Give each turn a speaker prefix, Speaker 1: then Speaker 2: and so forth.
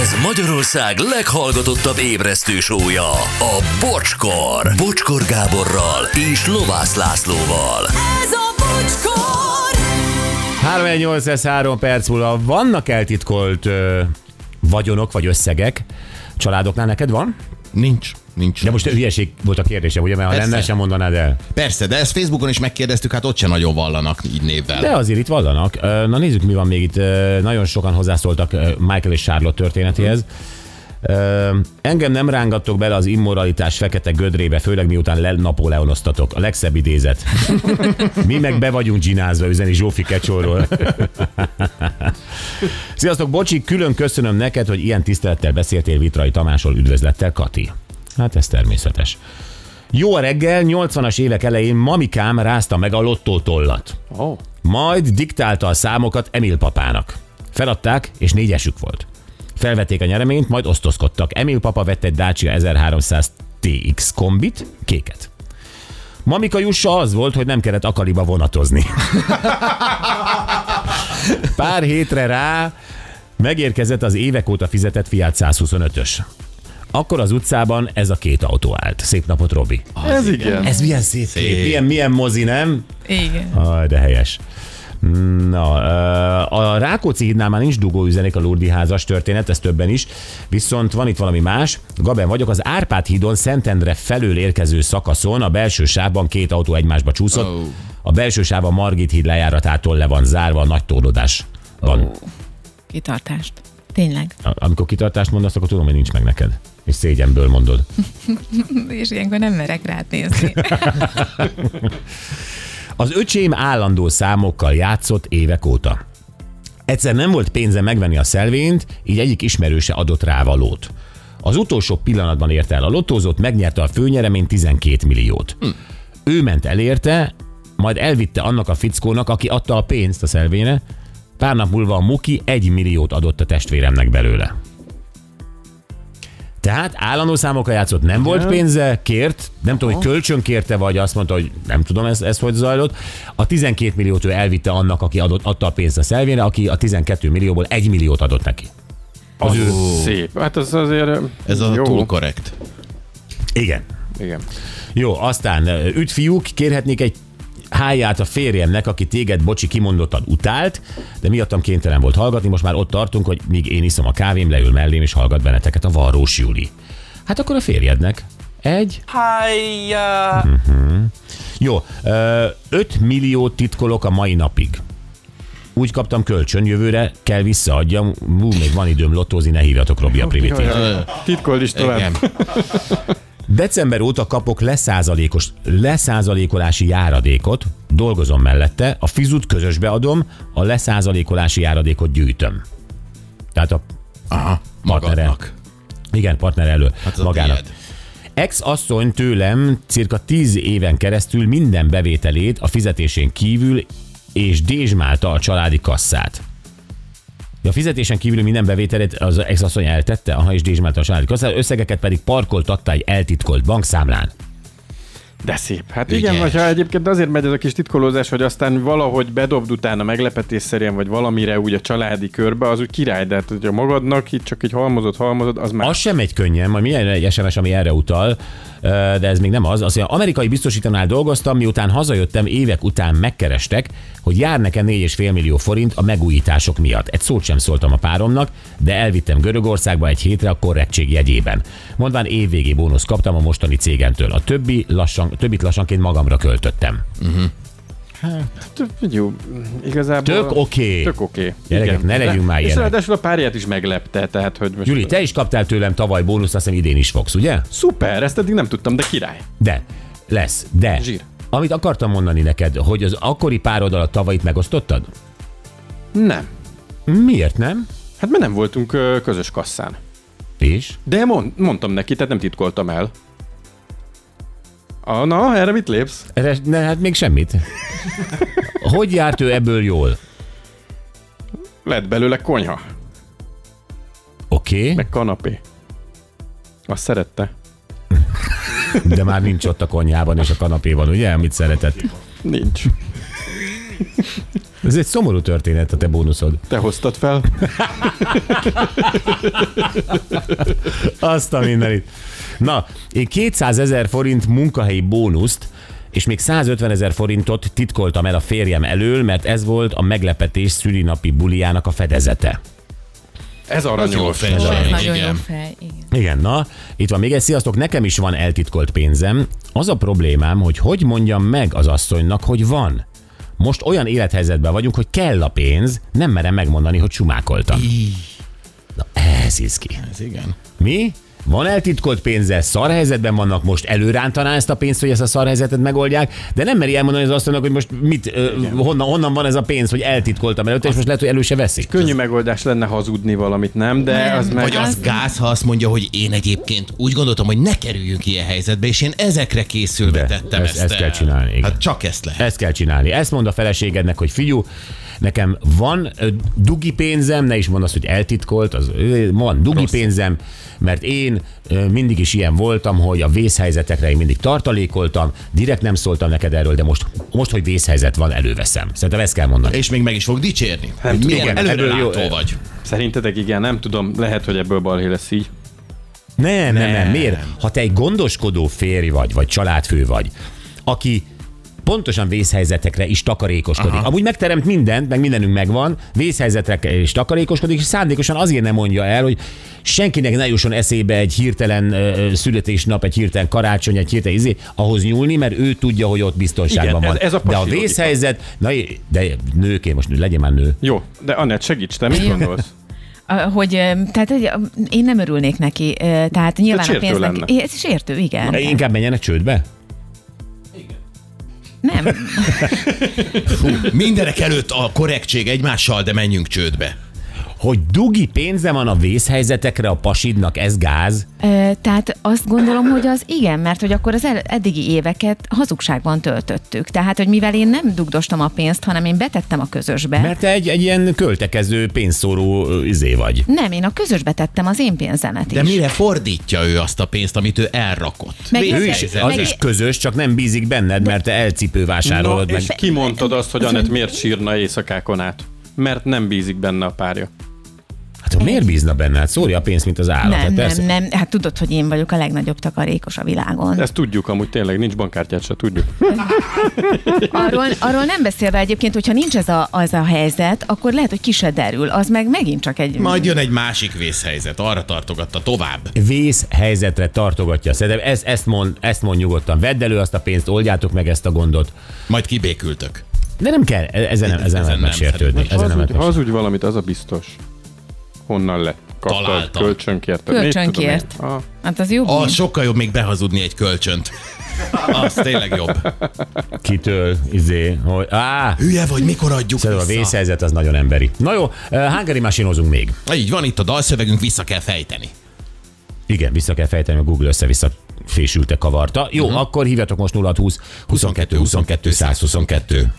Speaker 1: Ez Magyarország leghallgatottabb ébresztő sója, a Bocskor. Bocskor Gáborral és Lovász Lászlóval.
Speaker 2: Ez a bocskor!
Speaker 3: 3803 perc múlva vannak eltitkolt ö, vagyonok vagy összegek családoknál neked van?
Speaker 4: Nincs. Nincs.
Speaker 3: De most hülyeség volt a kérdésem, ugye, mert ha
Speaker 4: Persze.
Speaker 3: lenne, sem mondanád el.
Speaker 4: Persze, de ezt Facebookon is megkérdeztük, hát ott se nagyon vallanak így névvel.
Speaker 3: De azért itt vallanak. Ö, Na nézzük, mi van még itt. Ö, Nagyon sokan hozzászóltak ö, Michael és Charlotte történetéhez. Ö, Engem nem rángattok bele az immoralitás fekete gödrébe, főleg miután le Napóleonoztatok. A legszebb idézet. Mi meg be vagyunk dzsinázva, üzeni Zsófi Kecsorról. Sziasztok, Bocsi, külön köszönöm neked, hogy ilyen tisztelettel beszéltél Vitrai Tamásról, üdvözlettel, Kati. Hát ez természetes. Jó reggel, 80-as évek elején mamikám rázta meg a lottótollat.
Speaker 5: Ó,
Speaker 3: Majd diktálta a számokat Emil papának. Feladták, és négyesük volt. Felvették a nyereményt, majd osztozkodtak. Emil papa vett egy Dacia 1300 TX kombit, kéket. Mamika jussa az volt, hogy nem kellett akaliba vonatozni. Pár hétre rá megérkezett az évek óta fizetett Fiat 125-ös. Akkor az utcában ez a két autó állt. Szép napot, Robi.
Speaker 5: ez igen.
Speaker 3: Ez milyen szép, szép. kép, milyen, milyen mozi, nem?
Speaker 2: Igen.
Speaker 3: Aj, de helyes. Na, ö, a Rákóczi hídnál már nincs dugó üzenik a Lurdi házas történet, ez többen is, viszont van itt valami más. Gaben vagyok, az Árpád hídon Szentendre felől érkező szakaszon a belső sávban két autó egymásba csúszott.
Speaker 4: Ó.
Speaker 3: A belső sáv a Margit híd lejáratától le van zárva a nagy torlódás. Van.
Speaker 2: Kitartást. Tényleg.
Speaker 3: Amikor kitartást mondasz, akkor tudom, hogy nincs meg neked. És szégyenből mondod.
Speaker 2: És ilyenkor nem merek rád nézni.
Speaker 3: Az öcsém állandó számokkal játszott évek óta. Egyszer nem volt pénze megvenni a szelvényt, így egyik ismerőse adott rá valót. Az utolsó pillanatban érte el a lottózót, megnyerte a főnyeremény 12 milliót. Hm. Ő ment elérte, majd elvitte annak a fickónak, aki adta a pénzt a szelvényre, pár nap múlva a Muki 1 milliót adott a testvéremnek belőle. Tehát állandó számokkal játszott, nem volt pénze, kért, nem tudom, hogy kölcsön kérte, vagy azt mondta, hogy nem tudom, ez, ez hogy zajlott. A 12 milliót ő elvitte annak, aki adott, adta a pénzt a szelvényre, aki a 12 millióból 1 milliót adott neki.
Speaker 5: Az szép. Hát az azért...
Speaker 4: Ez az
Speaker 5: jó.
Speaker 4: a túl korrekt.
Speaker 3: Igen.
Speaker 5: Igen.
Speaker 3: Jó, aztán ö, üdv fiúk, kérhetnék egy háját a férjemnek, aki téged, bocsi, kimondottan utált, de miattam kénytelen volt hallgatni, most már ott tartunk, hogy míg én iszom a kávém, leül mellém és hallgat benneteket a Varrós Júli. Hát akkor a férjednek. Egy, Mhm.
Speaker 6: Hájjá!
Speaker 3: Jó, 5 milliót titkolok a mai napig. Úgy kaptam kölcsön, jövőre kell visszaadjam. Mú, még van időm lottózni, ne hívjatok Robi a primitív.
Speaker 5: Titkold is tovább.
Speaker 4: Igen.
Speaker 3: December óta kapok leszázalékos, leszázalékolási járadékot, dolgozom mellette, a fizut közösbe adom, a leszázalékolási járadékot gyűjtöm. Tehát a,
Speaker 4: Aha, magadnak.
Speaker 3: igen, partner elő,
Speaker 4: Hát
Speaker 3: hát
Speaker 4: az a
Speaker 3: magának.
Speaker 4: tiéd.
Speaker 3: Ex-asszony tőlem cirka 10 éven keresztül minden bevételét a fizetésén kívül és dézsmálta a családi kasszát. De a fizetésen kívül minden bevételét az ex-asszony eltette, aha, és dézsmálta a családi kasszát, összegeket pedig parkoltatta egy eltitkolt bankszámlán.
Speaker 5: De szép. Hát
Speaker 4: Ügyes.
Speaker 5: igen, vagy ha egyébként azért megy ez a kis titkolózás, hogy aztán valahogy bedobd utána meglepetésszerűen, vagy valamire úgy a családi körbe, az úgy király, de hát, hogyha magadnak itt csak így halmozod, halmozod, az már...
Speaker 3: Az sem megy könnyen, majd milyen egy SMS, ami erre utal, ö, de ez még nem az. Azt mondja, amerikai biztosítónál dolgoztam, miután hazajöttem, évek után megkerestek, hogy jár nekem 4,5 millió forint a megújítások miatt. Egy szót sem szóltam a páromnak, de elvittem Görögországba egy hétre a korrektség jegyében. Mondván évvégi bónusz kaptam a mostani cégemtől. A többi lassan, többit lassanként magamra költöttem.
Speaker 5: Tök- Hát, Jó, igazából...
Speaker 3: Tök oké.
Speaker 5: Tök oké.
Speaker 3: Gyerekek,
Speaker 5: Igen.
Speaker 3: ne legyünk
Speaker 5: De-
Speaker 3: már
Speaker 5: És
Speaker 3: ilyenek.
Speaker 5: ráadásul a párját is meglepte, tehát hogy most...
Speaker 3: Juli, te is kaptál tőlem tavaly bónuszt, azt hiszem idén is fogsz, ugye?
Speaker 5: Szuper, ezt eddig nem tudtam, de király.
Speaker 3: De, lesz, de.
Speaker 5: Zsír.
Speaker 3: Amit akartam mondani neked, hogy az akkori párod alatt tavalyit megosztottad?
Speaker 5: Nem.
Speaker 3: Miért nem?
Speaker 5: Hát mert nem voltunk ö, közös kasszán.
Speaker 3: És?
Speaker 5: De mond, mondtam neki, tehát nem titkoltam el. Ah, na, erre mit lépsz?
Speaker 3: Erre, ne, hát még semmit. Hogy járt ő ebből jól?
Speaker 5: Lett belőle konyha,
Speaker 3: Oké, okay,
Speaker 5: meg kanapé. Azt szerette.
Speaker 3: de már nincs ott a konyhában és a kanapéban, ugye? Amit szeretett.
Speaker 5: Nincs.
Speaker 3: Ez egy szomorú történet a te bónuszod.
Speaker 5: Te hoztad fel.
Speaker 3: Azt a mindenit. Na, én 200 ezer forint munkahelyi bónuszt, és még 150 ezer forintot titkoltam el a férjem elől, mert ez volt a meglepetés szülinapi buliának a fedezete.
Speaker 4: Az
Speaker 5: Ez
Speaker 4: jó
Speaker 5: aranyos.
Speaker 2: Ó, ez
Speaker 4: fenség,
Speaker 2: nagyon jó
Speaker 4: igen.
Speaker 2: fej. Igen.
Speaker 3: Igen, na, itt van még egy, sziasztok, nekem is van eltitkolt pénzem. Az a problémám, hogy hogy mondjam meg az asszonynak, hogy van. Most olyan élethelyzetben vagyunk, hogy kell a pénz, nem merem megmondani, hogy sumákoltam. Na ez íz ki.
Speaker 4: Ez igen.
Speaker 3: Mi? Van eltitkolt pénze, szarhelyzetben vannak, most előrántaná ezt a pénzt, hogy ezt a szarhelyzetet megoldják, de nem meri elmondani az asszonynak, hogy most mit, ö, honnan, honnan van ez a pénz, hogy eltitkoltam előtte, és most lehet, hogy elő se veszi.
Speaker 5: Könnyű megoldás lenne hazudni valamit, nem? De
Speaker 2: Nem.
Speaker 5: az meg...
Speaker 4: Vagy az gáz, ha azt mondja, hogy én egyébként úgy gondoltam, hogy ne kerüljünk ilyen helyzetbe, és én ezekre készülve
Speaker 3: De,
Speaker 4: tettem
Speaker 3: ezt-
Speaker 4: ezt.
Speaker 3: ezt
Speaker 4: el.
Speaker 3: kell csinálni, igen.
Speaker 4: Hát csak ezt lehet.
Speaker 3: Ezt kell csinálni. Ezt mond a feleségednek, hogy figyú, nekem van ö, dugi pénzem, ne is mondd azt, hogy eltitkolt, az, ö, van dugi Rossz. pénzem, mert én ö, mindig is ilyen voltam, hogy a vészhelyzetekre én mindig tartalékoltam, direkt nem szóltam neked erről, de most, most hogy vészhelyzet van, előveszem. Szerintem ezt kell mondani.
Speaker 4: És még meg is fog dicsérni. hogy milyen
Speaker 3: Hát, igen,
Speaker 4: előrelátó
Speaker 3: ebből jó-
Speaker 4: vagy.
Speaker 5: Szerintetek igen, nem tudom, lehet, hogy ebből balhé lesz így.
Speaker 3: Nem, nem, nem. Miért? Ha te egy gondoskodó férj vagy, vagy családfő vagy, aki pontosan vészhelyzetekre is takarékoskodik. Aha. Amúgy megteremt mindent, meg mindenünk megvan, vészhelyzetekre is takarékoskodik, és szándékosan azért nem mondja el, hogy senkinek ne jusson eszébe egy hirtelen ö, ö, születésnap, egy hirtelen karácsony, egy hirtelen izé, ahhoz nyúlni, mert ő tudja, hogy ott biztonságban
Speaker 5: Igen,
Speaker 3: van.
Speaker 5: ez- ez a
Speaker 3: de a
Speaker 5: pasi logika.
Speaker 3: vészhelyzet, na, de nőként most legyen már nő.
Speaker 5: Jó, de Anett, segíts, te mit
Speaker 2: Jó.
Speaker 5: gondolsz?
Speaker 2: A- Hogy, ö, tehát hogy, ö, én nem örülnék neki, ö, tehát nyilván a
Speaker 5: sértő
Speaker 2: pénznek...
Speaker 5: lenne.
Speaker 2: É, Ez sértő, igen.
Speaker 3: Inkább menjenek csődbe?
Speaker 2: Nem,
Speaker 4: Mindenek előtt a korrektség egymással, de menjünk csődbe.
Speaker 3: Hogy dugi pénze van a vészhelyzetekre a pasidnak, ez gáz?
Speaker 2: Ö, Tehát azt gondolom, hogy az igen, mert hogy akkor az el- eddigi éveket hazugságban töltöttük. Tehát, hogy mivel én nem dugdostam a pénzt, hanem én betettem a közösbe.
Speaker 3: Mert te egy, egy ilyen költekező, pénzszóró ö, izé vagy.
Speaker 2: Nem, én a közösbe tettem az én pénzemet is.
Speaker 4: De mire fordítja ő azt a pénzt, amit ő elrakott?
Speaker 2: Meg
Speaker 4: Ő
Speaker 2: ő
Speaker 4: is,
Speaker 2: is-
Speaker 3: Az
Speaker 2: Meg-
Speaker 3: is közös, csak nem bízik benned, mert te elcipővásárolod
Speaker 5: Na,
Speaker 3: meg.
Speaker 5: és kimondtad azt, hogy Anett miért sírna éjszakákon át? Mert nem bízik benne a párja.
Speaker 3: Hát miért bízna benne? Hát szórja a pénzt, mint az állat. hát
Speaker 2: Nem,
Speaker 3: persze.
Speaker 2: nem, nem. Hát tudod, hogy én vagyok a legnagyobb takarékos a világon.
Speaker 5: Ezt tudjuk amúgy tényleg, nincs bankkártyát se, tudjuk.
Speaker 2: Arról, arról nem beszélve egyébként, hogyha nincs ez a, az a helyzet, akkor lehet, hogy ki se derül. Az meg megint csak egy...
Speaker 4: Majd jön egy másik vészhelyzet, arra tartogatta tovább.
Speaker 3: Vészhelyzetre tartogatja. Szerintem ezt, ezt, mond, ezt mond nyugodtan. Vedd elő azt a pénzt, oldjátok meg ezt a gondot.
Speaker 4: Majd kibékültök.
Speaker 3: De nem kell, e- ezen, nem- ezen,
Speaker 4: Ezen
Speaker 3: ezen
Speaker 4: nem,
Speaker 3: nem sértődni.
Speaker 4: szerintem.
Speaker 3: Ezen nem lehet megsértődni.
Speaker 5: Hazudj, hazudj valamit, az a biztos. Honnan le? Kaptad,
Speaker 4: Találtam.
Speaker 5: kölcsönkérted.
Speaker 2: Kölcsönkért.
Speaker 5: Ah,
Speaker 2: Hát az jó.
Speaker 4: A, sokkal jobb még behazudni egy kölcsönt. Az tényleg jobb.
Speaker 3: Kitől, izé, hogy... Á,
Speaker 4: Hülye vagy, mikor adjuk
Speaker 3: Szerintem Szóval a
Speaker 4: vissza?
Speaker 3: vészhelyzet az nagyon emberi. Na jó, ö, hangari masinozunk még.
Speaker 4: Na, Így van, itt a dalszövegünk, vissza kell fejteni.
Speaker 3: Igen, vissza kell fejteni, a Google össze-vissza fésülte, kavarta. Jó, uh-huh. akkor hívjatok most 0620 22 22 122.